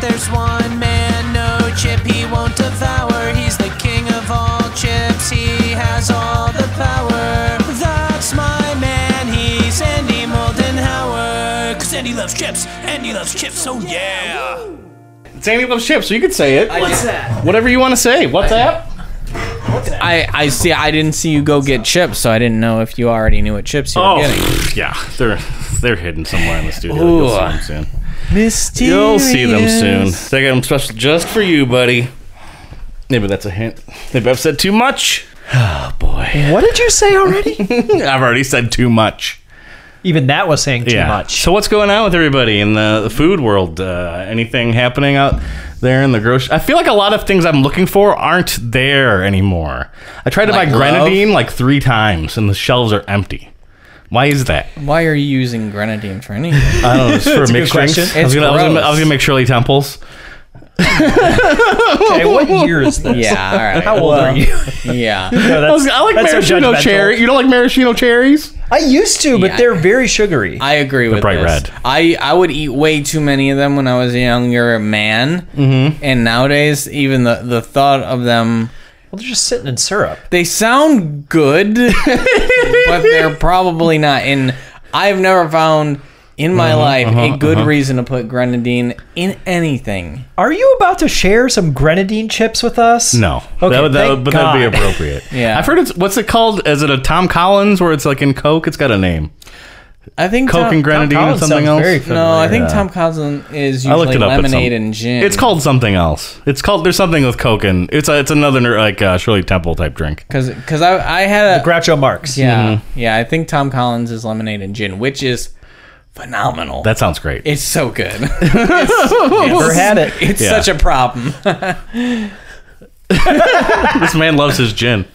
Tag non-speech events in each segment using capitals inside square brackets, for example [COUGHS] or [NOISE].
there's one man, no chip he won't devour. He's the king of all chips, he has all the power. That's my man, he's Andy Moldenhauer. Cause Andy loves chips, Andy loves chips, so yeah. It's Andy Loves Chips, so you could say it. What's that? Whatever you want to say. What's that? I, I see. I didn't see you go get chips, so I didn't know if you already knew what chips you were getting. Oh, yeah. They're they're hidden somewhere in the studio. You'll see them soon. Mysterious. You'll see them soon. They got them special just for you, buddy. Maybe that's a hint. Maybe I've said too much. [LAUGHS] Oh boy, What did you say [LAUGHS] already? I've already said too much. Even that was saying too much. So what's going on with everybody in the, the food world? Uh, anything happening out there in the grocery? I feel like a lot of things I'm looking for aren't there anymore. I tried to Like buy love? grenadine like three times, and the shelves are empty. Why is that? Why are you using grenadine for [LAUGHS] anything? I don't know. It's for mixed drinks. question. I was It's gonna, I was gonna- gross. I was gonna make Shirley Temples. Okay, [LAUGHS] what year is this? yeah. All right. How old are you? Yeah. No, I, that's, was, I like that's so maraschino judgmental. cherry. You don't like maraschino cherries? I used to, but Yeah. they're very sugary. I agree with bright this. red. I I would eat way too many of them when I was a younger man, mm-hmm. and nowadays even the the thought of them well, they're just sitting in syrup. they [LAUGHS] sound good, but they're probably not. And I've never found in my Uh-huh, life a good reason to put grenadine in anything. Are you about to share some grenadine chips with us? No. Okay, that would, that, would- thank but that'd be God. [LAUGHS] appropriate. [LAUGHS] Yeah. I've heard it's what's it called? Is it a Tom Collins where it's like in Coke? It's got a name. I think Coke Tom- and grenadine Collins or something sounds else. very No, I think Yeah. Tom Coughlin is I usually looked it up. at some- lemonade and gin. It's called something else. It's called there's something with coke and it's a, it's another like uh, Shirley Temple type drink. because because I I had a Groucho Marx. yeah yeah I think Tom Collins is lemonade and gin, which is phenomenal. That sounds great. it's so [LAUGHS] good. [LAUGHS] [LAUGHS] Never had it. It's Yeah. such a problem. this man loves his gin.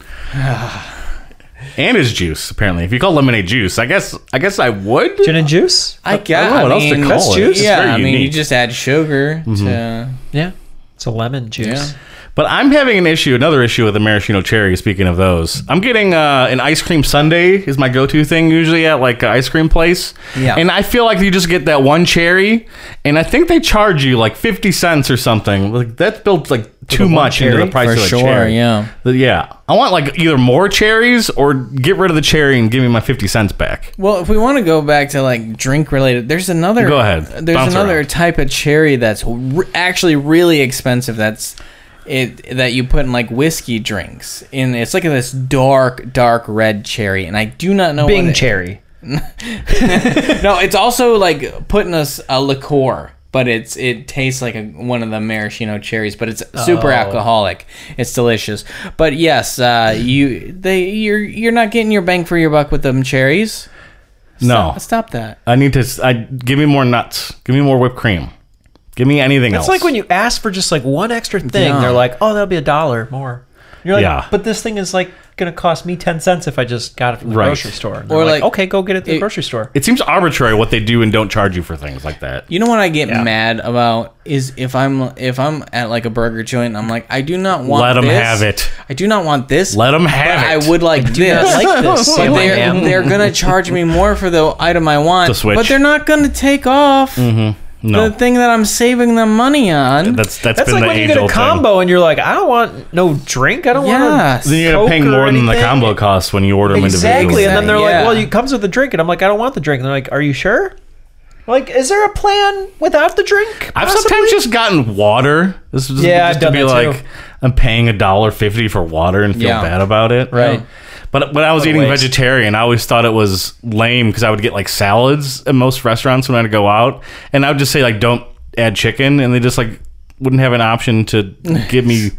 And his juice, apparently. If you call lemonade juice, I guess I guess I would. Gin and juice? [LAUGHS] I guess. know what else I to mean, call it. It's Yeah, very I mean, you unique. Mm-hmm. just add sugar to Yeah. It's a lemon juice. Yeah. But I'm having an issue, another issue with the maraschino cherry. Speaking of those, I'm getting uh, an ice cream sundae is my go-to thing usually at like an ice cream place. Yeah. And I feel like you just get that one cherry, and I think they charge you like fifty cents or something. Like that's built like too one much into cherry? the price For of a sure, cherry. yeah. The- yeah. I want like either more cherries or get rid of the cherry and give me my fifty cents back. Well, if we want to go back to like drink related, there's another. Go ahead. There's Bounce another around. type of cherry that's r actually really expensive. That's it that you put in like whiskey drinks, and it's like this dark, dark red cherry, and I do not know. Bing what it- cherry. [LAUGHS] No, it's also like putting us a liqueur. But it's it tastes like a, one of the maraschino cherries, but it's Oh. super alcoholic. It's delicious. But yes, uh, you they you're you're not getting your bang for your buck with them cherries. No, Stop, stop that. I need to. s- I give me more nuts. Give me more whipped cream. Give me anything else. It's like when you ask for just like one extra thing, Yeah. they're like, oh, that'll be a dollar more. You're like, Yeah. but this thing is like going to cost me 10 cents if I just got it from the Right. grocery store. Or or like, like- okay, go get it at the it- grocery store. It seems arbitrary what they do and don't charge you for things like that. You know what I get mad about is if I'm if I'm at like a burger joint and I'm like I do not want Let 'em this. have it. I do not want this. Let 'em have but it. I would like not this. [LAUGHS] like this. But Am I they're am? they're gonna charge me more for the item I want. The Switch. Mm-hmm. But they're not gonna take off No, the thing that I'm saving them money on. that's That's been like the when you age get a old combo and you're like, I don't want no drink. I don't want yes. Thing. Then you're Coke paying or more than the anything. combo costs when you order them Exactly. individually. And then they're Yeah. like, well, it comes with a drink. And I'm like, I don't want the drink. And they're like, are you sure? Like, is there a plan without the drink? I've possibly? sometimes just gotten water. This is just Yeah, I've to done be that too. like, I'm paying a dollar fifty for water and feel Yeah. bad about it, Right. But when I was eating waste. vegetarian, I always thought it was lame because I would get like salads at most restaurants when I'd go out, and I would just say like, "Don't add chicken," and they just like wouldn't have an option to give [LAUGHS] me.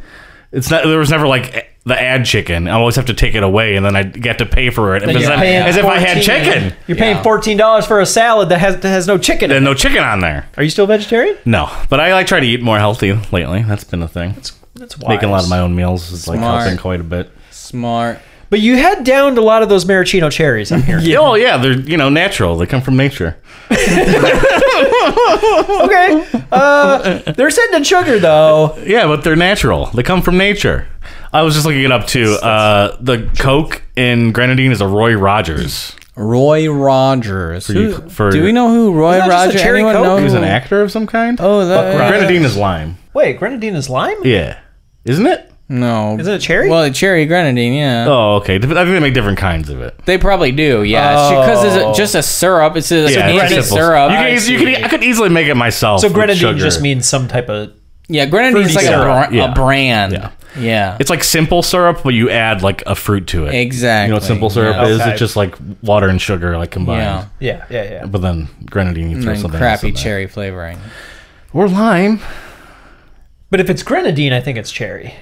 It's not. There was never like a- the add chicken. I always have to take it away, and then I get to pay for it. Because you're then- paying as if I had 14. chicken. You're paying fourteen dollars for a salad that has that has no chicken. There's in it. no chicken on there. Are you still vegetarian? No, but I like try to eat more healthy lately. That's been a thing. That's wise. Making a lot of my own meals is like Smart. helping quite a bit. Smart. But you had downed a lot of those maraschino cherries. I'm here. [LAUGHS] Yeah. Oh yeah, they're you know natural. They come from nature. okay. Uh, they're sitting in sugar though. Yeah, but they're natural. They come from nature. I was just looking it up too. Uh, the Coke in grenadine is a Roy Rogers. Roy Rogers. you- Who- for- do we know who Roy Isn't that just a Rogers? cherry Anyone Coke? know? He was an who- actor of some kind. Oh, that, Buck Rogers. Grenadine is lime. Wait, grenadine is lime? Yeah, isn't it? no. Isn't it cherry? Well, cherry grenadine. Yeah. Oh, okay. I think they make different kinds of it. They probably do, yeah. Because it's Oh. just a syrup. It's a Yeah, it's it's simple. syrup. You can, eas- you can, e- I could easily make it myself. so with grenadine sugar. just means some type of. yeah, grenadine's Fruity like a, syrup. br- Yeah. a brand. Yeah. Yeah. It's like simple syrup, but you add like a fruit to it. Exactly. You know what simple syrup yeah. is? Okay. It's just like water and sugar like combined. Yeah. Yeah, yeah, yeah. But then grenadine, you throw And then something crappy else in there. cherry flavoring. or lime. But if it's grenadine, I think it's cherry.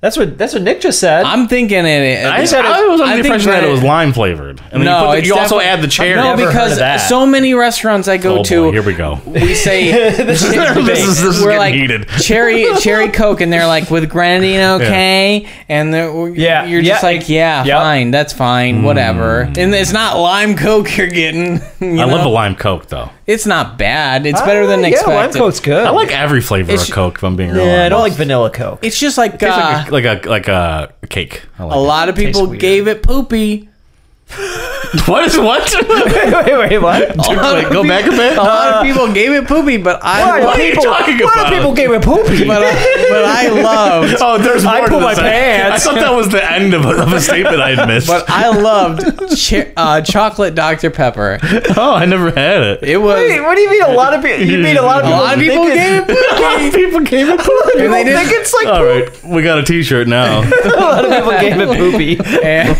That's what that's what Nick just said. I'm thinking it. I, said I it- was under I the think impression that, that- it was lime flavored, and then No, you, put the, it's you also definitely- add the cherry. no, never heard of because that. so many restaurants I go oh, to, boy, here we go. we say this is [LAUGHS] this is, this is we're getting like heated. cherry cherry coke, and they're like with grenadine, okay, and they're, Yeah, you're just yeah, like, yeah, yep. fine, that's fine, whatever. Mm. And it's not lime coke you're getting. [LAUGHS] you I love know? a lime coke though. It's not bad. It's better Uh, than expected. Yeah, lime coke's good. I like every flavor It's- of coke. If I'm being real, Yeah, I don't like honest. vanilla coke. [LAUGHS] It's just like, uh, Tastes like, a, like a like a cake. I like a it. lot of people weird. gave it poopy. [LAUGHS] What is what? wait, wait, [LAUGHS] what? Wait, go back a bit. [LAUGHS] Uh, A lot of people gave it poopy, but I What loved, are you talking a lot about? of people gave it poopy. but, I, but I loved [LAUGHS] Oh, there's more. I to pull this. my pants. I thought that was the end of a, of a statement I had missed. but I loved che- uh, chocolate Dr Pepper. oh, I never had it. It was Wait, what do you mean a lot of people? You mean a lot of a people? lot of people think gave it it, poopy. A lot of [LAUGHS] people gave it poopy. And they people think didn't. [LAUGHS] it's like All right, we got a T-shirt now. a lot of people gave it poopy. And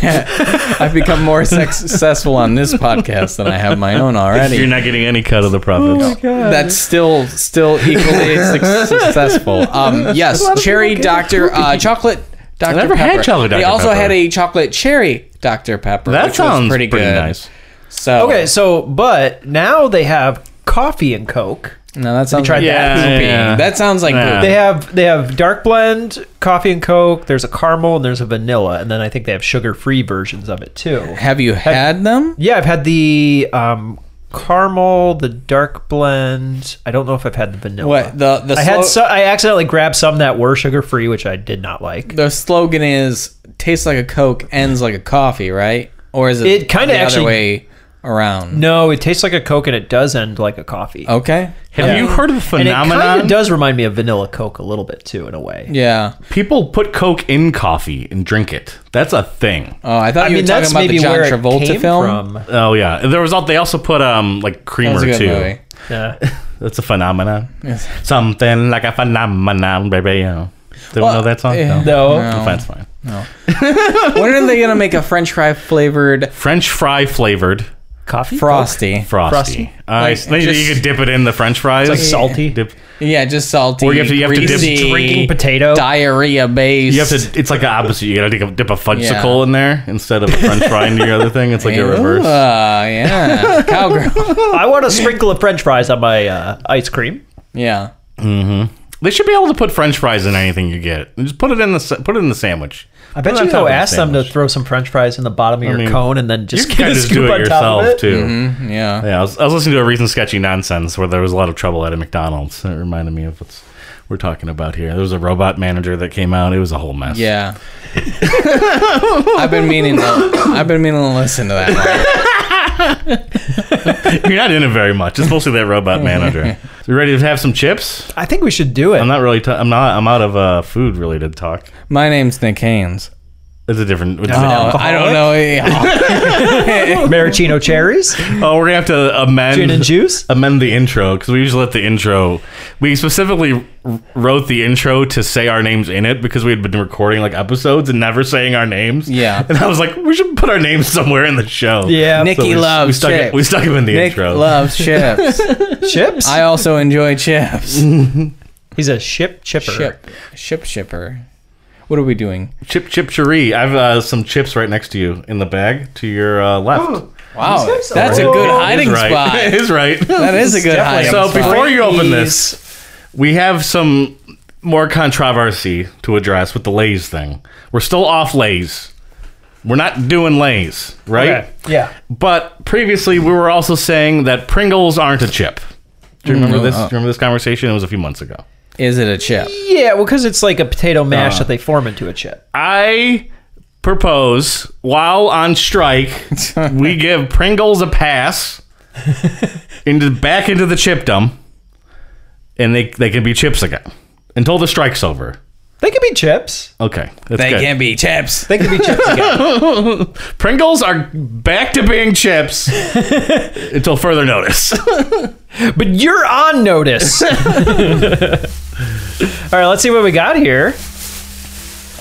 [LAUGHS] I've become more sex- successful on this podcast than I have my own You're already. not getting any cut of the profits. That's still still [LAUGHS] equally suc- successful. Um, yes, cherry Dr. Uh, chocolate Dr. never had Pepper. chocolate They Dr. also Pepper. had a chocolate cherry Dr. Pepper. that which sounds was pretty, pretty, good. nice. So [LAUGHS] Okay, so but now they have coffee and coke. No, that sounds tried like that. Yeah, poopy. yeah. That sounds like Nah. poopy. They have they have dark blend, coffee and coke. There's a caramel and there's a vanilla, and then I think they have sugar free versions of it too. Have you had them? Yeah, I've had the um, caramel, the dark blend. I don't know if I've had the vanilla. What the the I had so slo- I accidentally grabbed some that were sugar free, which I did not like. the slogan is tastes like a coke, ends like a coffee, right? Or is it It kinda the actually- other way around? No, it tastes like a coke, and it does end like a coffee. Okay. Have you heard of the and it kind phenomenon? of does remind me of vanilla coke a little bit too, in a way. Yeah. People put Coke in coffee and drink it. That's a thing. Oh, I thought I you mean, were talking that's about maybe the John where Travolta it came film. [LAUGHS] from. Oh yeah, there was. al- They also put um like That was a creamer good too. movie. Yeah. That's a phenomenon. Something like a phenomenon, baby. You know. Don't Well, know that song. yeah. No, No. No. that's fine. when are they gonna make a French fry flavored French fry flavored Coffee? frosty? frosty. Frosty? I Like, think just- you could dip it in the French fries. It's like salty. Dip- Yeah, just salty. Or you have to- you have to dip greasy, Drinking potato. diarrhea based. You have to. It's like the opposite. You gotta dip a, dip a fudgesicle Yeah. in there instead of a French fry into your other thing. [LAUGHS] It's like a reverse. Ooh, uh, yeah, [LAUGHS] cowgirl. I want a sprinkle of french fries on my uh, ice cream. Yeah. They should be able to put French fries in anything you get. Just put it in the sa- put it in the sandwich. I Put bet it on you top go of the ask them to sandwich. throw some french fries in the bottom of your mean, cone and then just you get can a just do scoop it on top yourself of it. too. Yeah. Yeah, I was, I was listening to a recent sketchy nonsense where there was a lot of trouble at a McDonald's. It reminded me of what's we're talking about here. There was a robot manager that came out. It was a whole mess. Yeah. I've been meaning to I've been meaning to listen to that. [LAUGHS] you're not in it very much. It's mostly that [LAUGHS] robot manager. So you ready to have some chips? I think we should do it. I'm not really. i I'm not. I'm out of uh, food related talk. one. My name's Nick Haynes. It's a different. It's Oh, a, I don't know. Yeah. [LAUGHS] [LAUGHS] Maraschino cherries, Oh, we're gonna have to amend gin and [LAUGHS] juice. amend the intro because we usually let the intro. We specifically r- wrote the intro to say our names in it because we had been recording like episodes and never saying our names. Yeah. and I was like, we should put our names somewhere in the show. Yeah, Nicky we, loves we stuck It, chips. we stuck him in the Nick [LAUGHS] intro. [LAUGHS] loves chips. chips. I also enjoy chips. He's a ship chipper. Ship ship shipper. What are we doing? Chip chip cherie. I have uh, some chips right next to you in the bag to your uh, left. Wow, guys are that's a right. good Oh, it It is hiding right. [LAUGHS] It spot. is [LAUGHS] right. That is a good definitely hiding so spot. before you open this, we have some more controversy to address with the Lays thing. We're still off Lays. We're not doing Lays, right? Okay. Yeah. But previously, we were also saying that Pringles aren't a chip. Do you remember this? Do you remember this conversation? It was a few months ago. is it a chip? [LAUGHS] Uh. Yeah, well, because it's like a potato mash that they form into a chip. I propose while on strike. we give Pringles a pass into back into the chipdom, and they they can be chips again until the strike's over. They could be chips. Okay, that's They good. can be chips. They could be chips again. Pringles are back to being chips [LAUGHS] until further notice. [LAUGHS] But you're on [LAUGHS] notice. [LAUGHS] All right, let's see what we got here.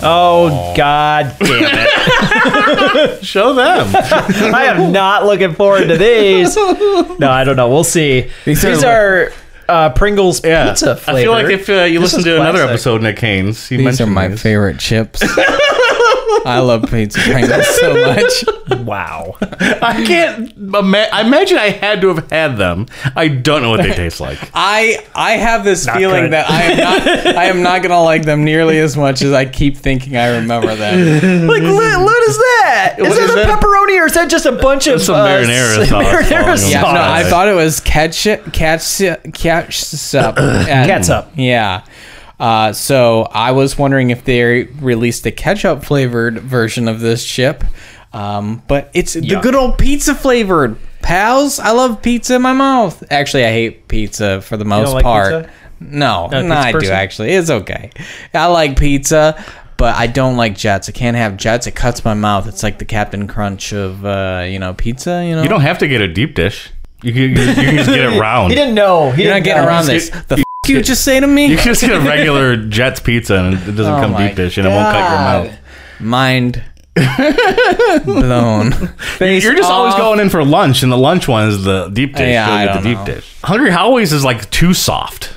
Oh, [LAUGHS] god [LAUGHS] damn it. Show them. I am not looking forward to these. No, I don't know. We'll see. These, are are, uh, Pringles Yeah, pizza flavor. I feel like if uh, you This listen is to another classic. episode, Nick Haynes, he These are mentioned my these. favorite chips. I love pizza Pringles so much. wow. [LAUGHS] I can't. Ima- I imagine I had to have had them. I don't know what they taste like. I I have this feeling good. that I am not I am not gonna like them nearly as much as I keep thinking I remember them. Like, what, what is that? Is What that is a that? pepperoni or is that just a bunch of some uh, [LAUGHS] marinara s- sauce marinara falling on Yeah, Sauce. no, I Right. thought it was ketchup, ketchup, [COUGHS] ketchup, and- Catsup. Yeah. Uh, so I was wondering if they released a ketchup flavored version of this chip, um, but it's the Yuck. good old pizza flavored pals. I love pizza in my mouth. Actually, I hate pizza for the most like part. pizza? No, no, a pizza I do person? actually. It's okay. I like pizza, but I don't like jets. I can't have jets. It cuts my mouth. It's like the Captain Crunch of uh, you know pizza. You know, You don't have to get a deep dish. You can, you can just get [LAUGHS] it round. He didn't know. He You're not didn't getting know. around You- this. The f- you just say to me? You can just get a regular Jets pizza and it doesn't Oh come my deep dish and it won't cut your mouth. [LAUGHS] Mind blown. You're just always off. going in for lunch, and the lunch one is the deep dish. Uh, Yeah, so you I get the don't deep know. dish. Hungry Howie's is like too soft.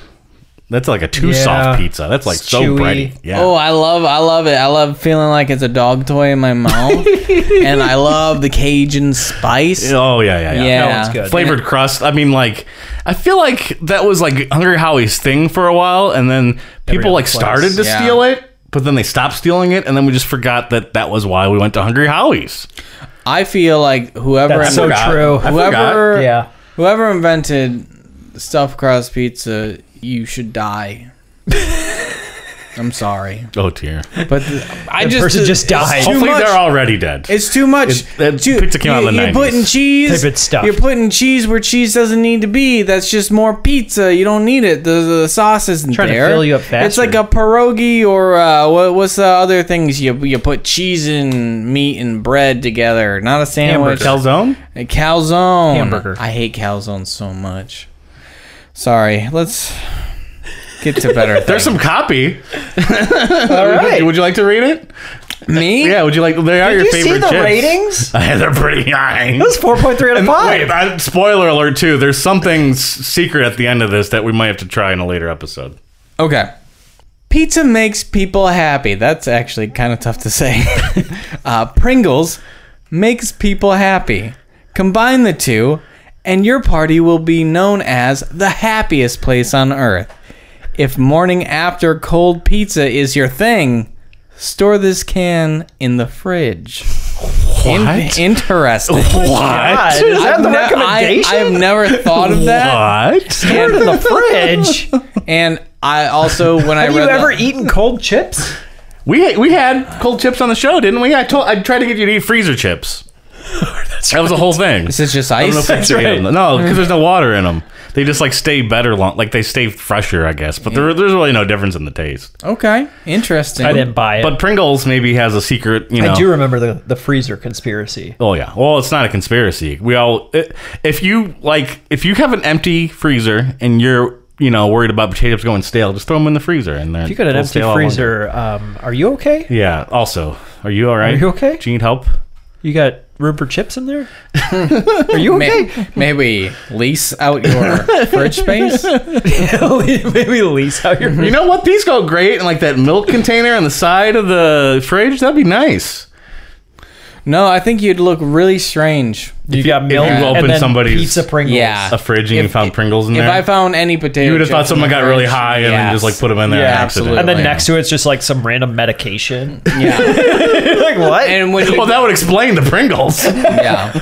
That's like a too Yeah. soft pizza. That's like It's so chewy. bready. Yeah. Oh, I love, I love it. I love feeling like it's a dog toy in [LAUGHS] my mouth, and I love the Cajun spice. Oh, yeah, yeah, yeah. Yeah. No, it's good. Flavored crust. I mean, like, I feel like that was like Hungry Howie's thing for a while, and then people other like place. started to Yeah. steal it, but then they stopped stealing it, and then we just forgot that that was why we went to Hungry Howie's. I feel like whoever, That's so forgot. true. I whoever, Yeah. whoever invented stuffed crust pizza, you should [LAUGHS] die. I'm sorry, Oh dear. but the, I The just person just died. Too Hopefully much. they're already dead. It's too much. It- that too, pizza came out in the You're 90s. putting cheese. Type it stuff. You're putting cheese where cheese doesn't need to be. That's just more pizza. You don't need it. The, the sauce isn't Trying to there. fill you up It's faster. like a pierogi or uh, what, what's the other things you you put cheese and meat and bread together. Not a sandwich. Calzone? A calzone. Hamburger. I hate calzone so much. Sorry. Let's get to [LAUGHS] better. There's some copy. All right. Would you like to read it? me. [LAUGHS] Yeah, would you like they are Did your you see favorite the chips. [LAUGHS] ratings? They're pretty high. It was 4.3 out of And 5. wait, I, spoiler alert too. There's something s- secret at the end of this that we might have to try in a later episode. Okay. Pizza makes people happy. That's actually kind of tough to say. [LAUGHS] uh, Pringles makes people happy. Combine the two, and your party will be known as the happiest place on earth. If morning after cold pizza is your thing, store this can in the [LAUGHS] fridge. In- What? interesting. Oh God, What? is that the I've ne- I- recommendation? I, have never thought of that. What? Put [LAUGHS] it in the fridge. And I also, when I Have read you the- ever eaten cold chips? We we had cold chips on the show, didn't we? I told I tried to get you to eat freezer [LAUGHS] chips. that was the whole thing. This is just ice. I don't know if they do right. eat 'em. No, because there's no water in them. They just like stay better long, like they stay fresher, I guess. But there, there's really no difference in the taste. Okay, interesting. I didn't buy it. But Pringles maybe has a secret, you know. I do remember the, the freezer conspiracy. Oh yeah. Well, it's not a conspiracy. We all i- if you like if you have an empty freezer and you're you know worried about potatoes going stale, just throw them in the freezer and then If you got an empty freezer, um, are you okay? Yeah. Also, are you all right? you okay? Do you need help? You got room for chips in [LAUGHS] there? are you okay? May- maybe lease out your fridge space. [LAUGHS] Maybe lease out your You know what? These go great in like that milk container on the side of the fridge. That'd be nice. No, I think you'd look really strange. [LAUGHS] You got you milk open and then somebody's- pizza Pringles. Yeah. A fridge and you Uh, If- found Pringles in If there. I found any potato, you would have chips thought someone in the got really fridge, high and then yes. just like put them in there. Yeah, on accident. absolutely. And then Yeah. next to it's just like some random medication. Yeah, [LAUGHS] like what? and when [LAUGHS] you, Well, Oh, that would explain the Pringles. Is yeah,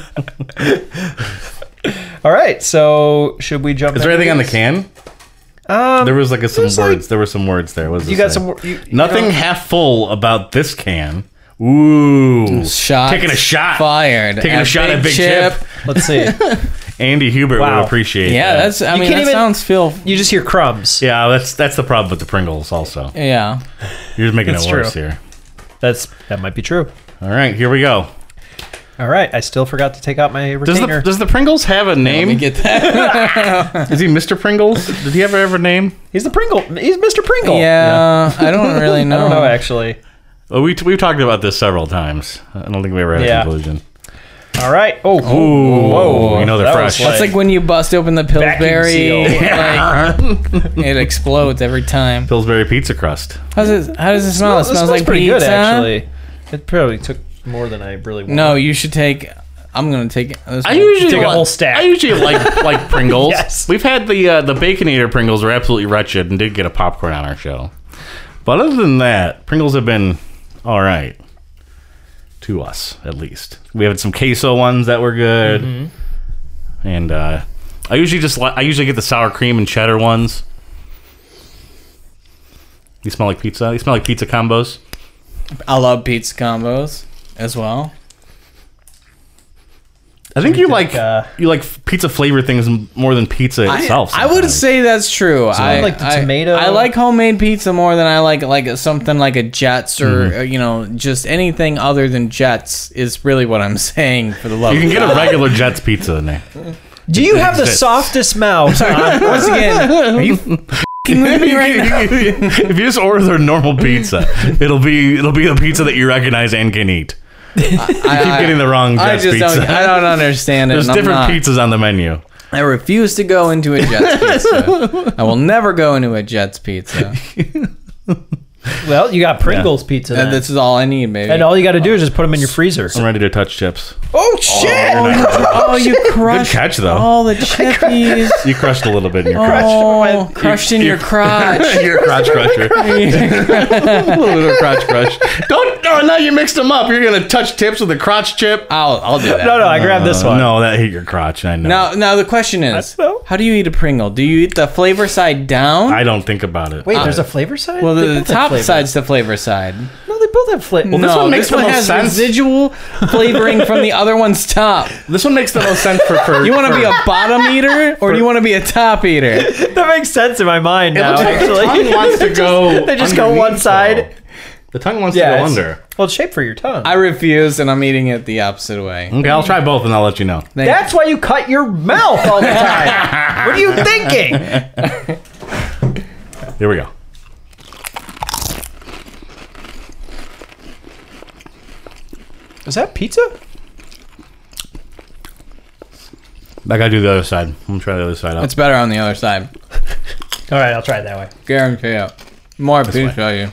All right, so should we jump? there into anything on the these? can? Um, There was like a, some There's, words. like- there were some words there. What does you it got say? some. You, you Nothing know- half full about this can. Ooh. Shot Taking a shot. Fired. Taking a shot at Big Chip. Let's [LAUGHS] see. Andy Hubert Wow. would appreciate Yeah, that. that's. I You mean, can't that even- sounds feel. you just hear crumbs. Yeah, that's that's the problem with the Pringles also. Yeah. You're just making it That's worse true. here. That's that might be true. All right, here we go. All right, I still forgot to take out my Does the retainer. does the Pringles have a Let name? me get that. Is he Mr. Pringles? Did he ever have a name? he's the Pringle. He's Mr. Pringle. yeah, I don't really know. [LAUGHS] I don't know actually. Well, Oh, we we've talked about this several times. I don't think we ever had Yeah. a conclusion. All right. Oh, Ooh, whoa. you know they're That fresh. was That's like when you bust open the Pillsbury, seal. like, it explodes every time. Pillsbury pizza crust. How's it, how does it smell? It This smells, like pretty pizza. good actually. It probably took more than I really wanted. No, you should take. I'm gonna take. This I one. usually Take a like, whole stack. I usually like [LAUGHS] like Pringles. Yes. We've had the uh, the Baconator Pringles were absolutely wretched and did get a popcorn on our show. But other than that, Pringles have been all right to us at least. We had some queso ones that were good, and uh, I usually just li- I usually get the sour cream and cheddar ones. You smell like pizza. You smell like pizza combos. I love pizza combos as well. I think you like uh, you like pizza flavor things more than pizza itself. I, I would sometimes. say that's true. I, like the I- tomato. I, like homemade pizza more than I like like something like a Jets or Mm-hmm. uh, you know just anything other than Jets is really what I'm [LAUGHS] saying for the love. You of can get [LAUGHS] God. a regular Jets pizza in there. Do you have the Exists. softest [LAUGHS] mouth? Once again, are you f***ing with [LAUGHS] me right now? if you just order their normal pizza, it'll be it'll be the pizza that you recognize and can eat. I, Keep getting the wrong I Jets just pizza. don't. I don't understand [LAUGHS] it. There's and I'm different not. pizzas on the menu. I refuse to go into a Jets [LAUGHS] pizza. I will never go into a Jets pizza. well, you got Pringles pizza. And Then. this is all I need, baby. and all you got to do is just put them in your freezer. I'm ready to touch chips. Oh shit! [LAUGHS] oh, you Oh. crushed catch, though. all [LAUGHS] the chippies. You crushed a little bit in your crotch. [LAUGHS] Oh, crushed in You- your crotch. You're a crotch crusher. [LAUGHS] a little bit of crotch crush. Don't. No, now you mixed them up. You're gonna touch tips with a crotch chip. [LAUGHS] I'll, I'll do that. No, no, I grabbed this Uh, one. No, that hit your crotch. I know. Now, now the question is, I know. how do you eat a Pringle? Do you eat the flavor side down? I don't think about it. Uh, Wait, there's a flavor side. well, They the, the both have top flavor. side's the flavor side. No, they both have flavor. this no, one makes this one the most has sense. [LAUGHS] residual flavoring from the other one's top. this one makes the most sense for. for [LAUGHS] You want to be a bottom eater or do you want to be a top eater? [LAUGHS] that makes sense in my mind now. looks like the tongue Actually, [LAUGHS] wants to go. they just go underneath, one side. though. The tongue wants to go it's- under. Well, it's shaped for your tongue. I refuse, and I'm eating it the opposite way. Okay, I'll try both and I'll let you know. Thank- [LAUGHS] That's why you cut your mouth all the time. what [LAUGHS] are you thinking? Here we go. Is that pizza? I gotta do the other side. I'm gonna try the other side out. It's better on the other side. All right, I'll try it that way. Guarantee it. More pizza, you.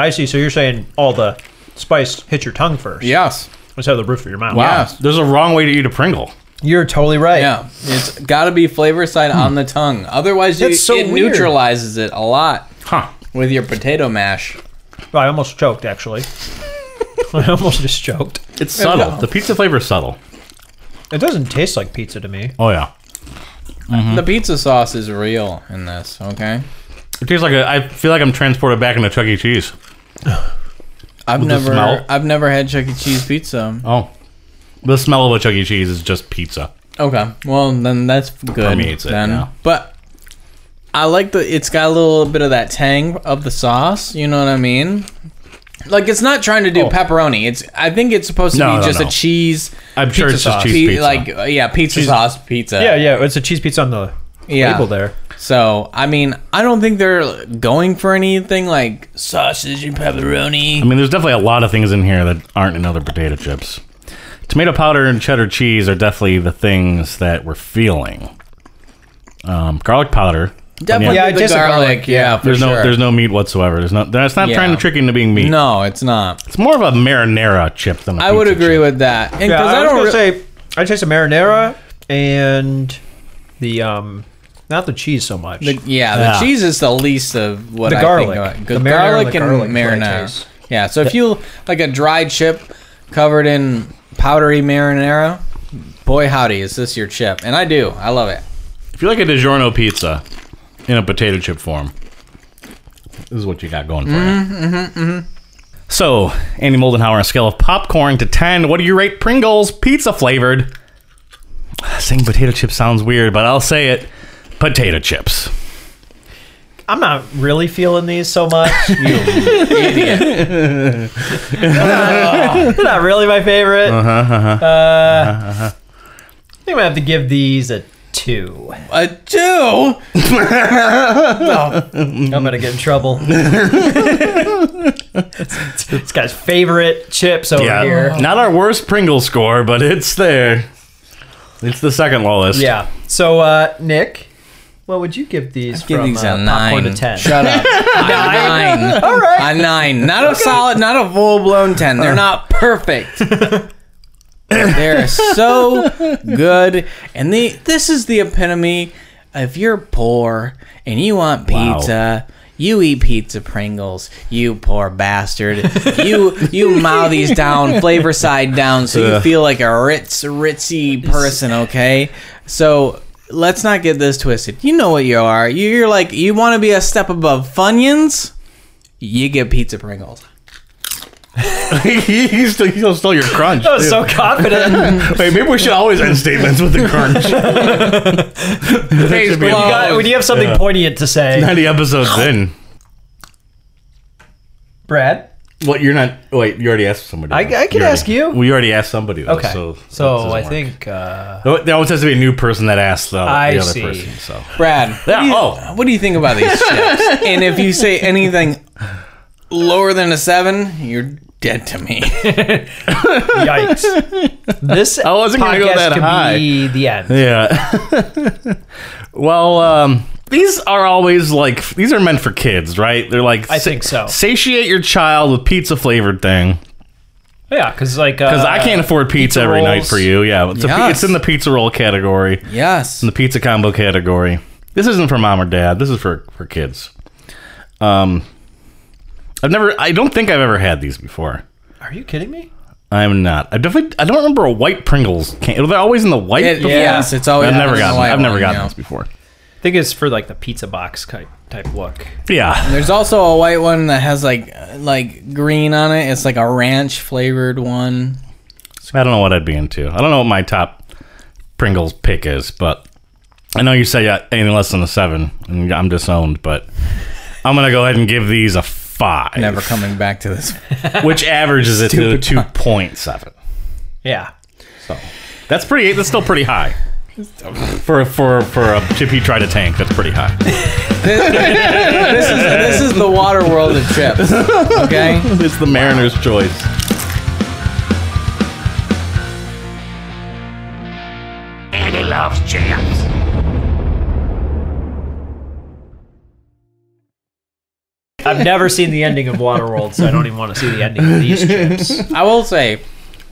I see. So you're saying all the spice hit your tongue first Yes. instead of the roof of your mouth. Wow. Ah, There's a wrong way to eat a Pringle. You're totally right. Yeah. It's got to be flavor side on the tongue. Otherwise, you, Hmm. That's so it weird. neutralizes it a lot Huh. with your potato mash. Well, I almost choked, [LAUGHS] actually. I almost just choked. It's subtle. no. The pizza flavor is subtle. It doesn't taste like pizza to me. Oh, yeah. Hmm. The pizza sauce is real in this, okay? It tastes like a. I feel like I'm transported back into Chuck E. Cheese. I've the never smell? I've never had Chuck E. Cheese pizza. Oh. The smell of a Chuck E. Cheese is just pizza. Okay. Well, then that's good. Permeates it, then. yeah. But I like the it's got a little bit of that tang of the sauce, you know what I mean? Like it's not trying to do pepperoni. It's I think it's supposed to Oh. No, be no, just no. a cheese I'm sure it's just sauce. cheese pe- pizza. like uh, yeah, pizza sauce pizza. Yeah, yeah. It's a cheese pizza on the Yeah. label there. So, I mean, I don't think they're going for anything like sausage and pepperoni. I mean, there's definitely a lot of things in here that aren't in other potato chips. Tomato powder and cheddar cheese are definitely the things that we're feeling. Um, garlic powder. Definitely Yeah, the just a garlic, garlic, yeah, for There's sure. no, there's no meat whatsoever. There's no, that's not Yeah. trying to trick you into being meat. no, it's not. It's more of a marinara chip than a I would pizza agree chip. with that. And Yeah, 'cause I, I, was don't gonna re- say I taste a marinara and the um, not the cheese so much. the, yeah, the Yeah. cheese is the least of what The I garlic. think. about- The Good marinara, garlic the and garlic marinara. fillets. Yeah, so if you like a dry chip covered in powdery marinara, boy howdy, is this your chip? And I do. I love it. If you like a DiGiorno pizza Mm-hmm, in a potato chip form, this is what you got going for you. So, Andy Moldenhauer, on a scale of popcorn to 10, what do you rate Pringles pizza flavored? Saying potato chips sounds weird, but I'll say it. Potato chips. I'm not really feeling these [LAUGHS] so much. You idiot. They're not really my favorite. Uh-huh, uh-huh, I think I'm gonna have to give these a two. A two. I'm gonna get in [LAUGHS] trouble. this guy's favorite chips over Yeah. here. Not our worst Pringle score, but it's there. It's the second lowest. Yeah. So uh, Nick, what would you give these? Give from, these uh, a popcorn nine. to ten. Shut up. a nine. All right. A nine. Not a solid. Not a full blown ten. They're not perfect. They're so good, and they. This is the epitome. If you're poor and you want Wow. pizza. You eat pizza Pringles, you poor bastard. you you mow these down, flavor side down, so you Ugh. feel like a ritz ritzy person. Okay, so let's not get this twisted. You know what you are. You're like you want to be a step above Funyuns. You get pizza Pringles. [LAUGHS] he still, he still stole your [LAUGHS] crunch. [LAUGHS] I was so confident. [LAUGHS] too. Wait, maybe we should always end statements with the [LAUGHS] crunch. Case be a- You got- when you have something poignant to say, 90 episodes [GASPS] in. Brad. Well, you're not. Wait, you already asked somebody. I- else. I can already- ask you. We already asked somebody. else, Okay. So, So, this doesn't I work. [LAUGHS] think uh, Oh, There always has to be a new person that asks the, I the other see. person. So Brad, [LAUGHS] what, Yeah, do you, oh. what do you think about these chips? and if you say anything lower than a seven, you're dead to me. yikes. This I wasn't gonna podcast go that could high. be the end. yeah. [LAUGHS] well, um, these are always like these are meant for kids, right? They're like I think so. Satiate your child with pizza flavored thing Yeah, because like uh, because I can't afford pizza, pizza every night rolls. for you. Yeah, it's, a pi- Yes. it's in the pizza roll category, [LAUGHS] Yes. the pizza combo category. This isn't for mom or dad. This is for for kids. Um, I've never. I don't think I've ever had these before. Are you kidding me? I'm not. I definitely. I don't remember a white Pringles. Can, they're always in the white. It- before. Yes, it's always. I've never it's gotten. white I've never one, gotten yeah. this before. I think it's for like the pizza box type type look. Yeah. There's also a white one that has like uh, like green on it. It's like a ranch flavored one. I don't know what I'd be into. I don't know what my top Pringles pick is, but I know you say uh, anything less than a seven, and I'm disowned. But I'm gonna go ahead and give these a five, Never coming back [LAUGHS] to this. which averages it to two point seven. Yeah. So that's pretty. That's still pretty high. For for for a chippy try to tank, that's pretty high. this is this is the water world of chips. Okay. [LAUGHS] it's the Mariner's choice. Andy loves chips. I've never seen the ending of Waterworld, so I don't even want to see the ending [LAUGHS] of these chips. I will say,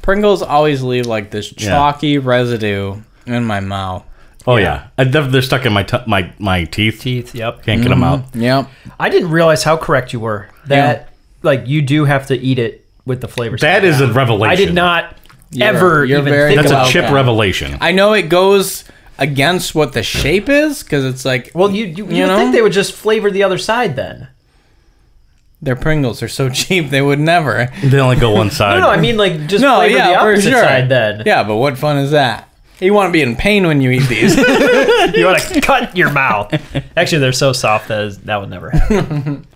Pringles always leave like this chalky residue in my mouth. Oh yeah, I, they're they're stuck in my t- my my teeth. Teeth, yep. Can't get them out. Yep. I didn't realize how correct you were. That like you do have to eat it with the flavor. That is a revelation. I did not You're- ever you're even very think That's a about chip that. revelation. I know it goes against what the shape is because it's like Well, you you, you, You know? think they would just flavor the other side then? their Pringles are so [LAUGHS] cheap they would never. They only go one side. [LAUGHS] No, no, I mean like just No, flavor the yeah, for opposite sure. side then. Yeah, but what fun is that? You want to be in pain when you eat [LAUGHS] these. You want to cut your mouth. Actually, they're so soft that is, that would never happen.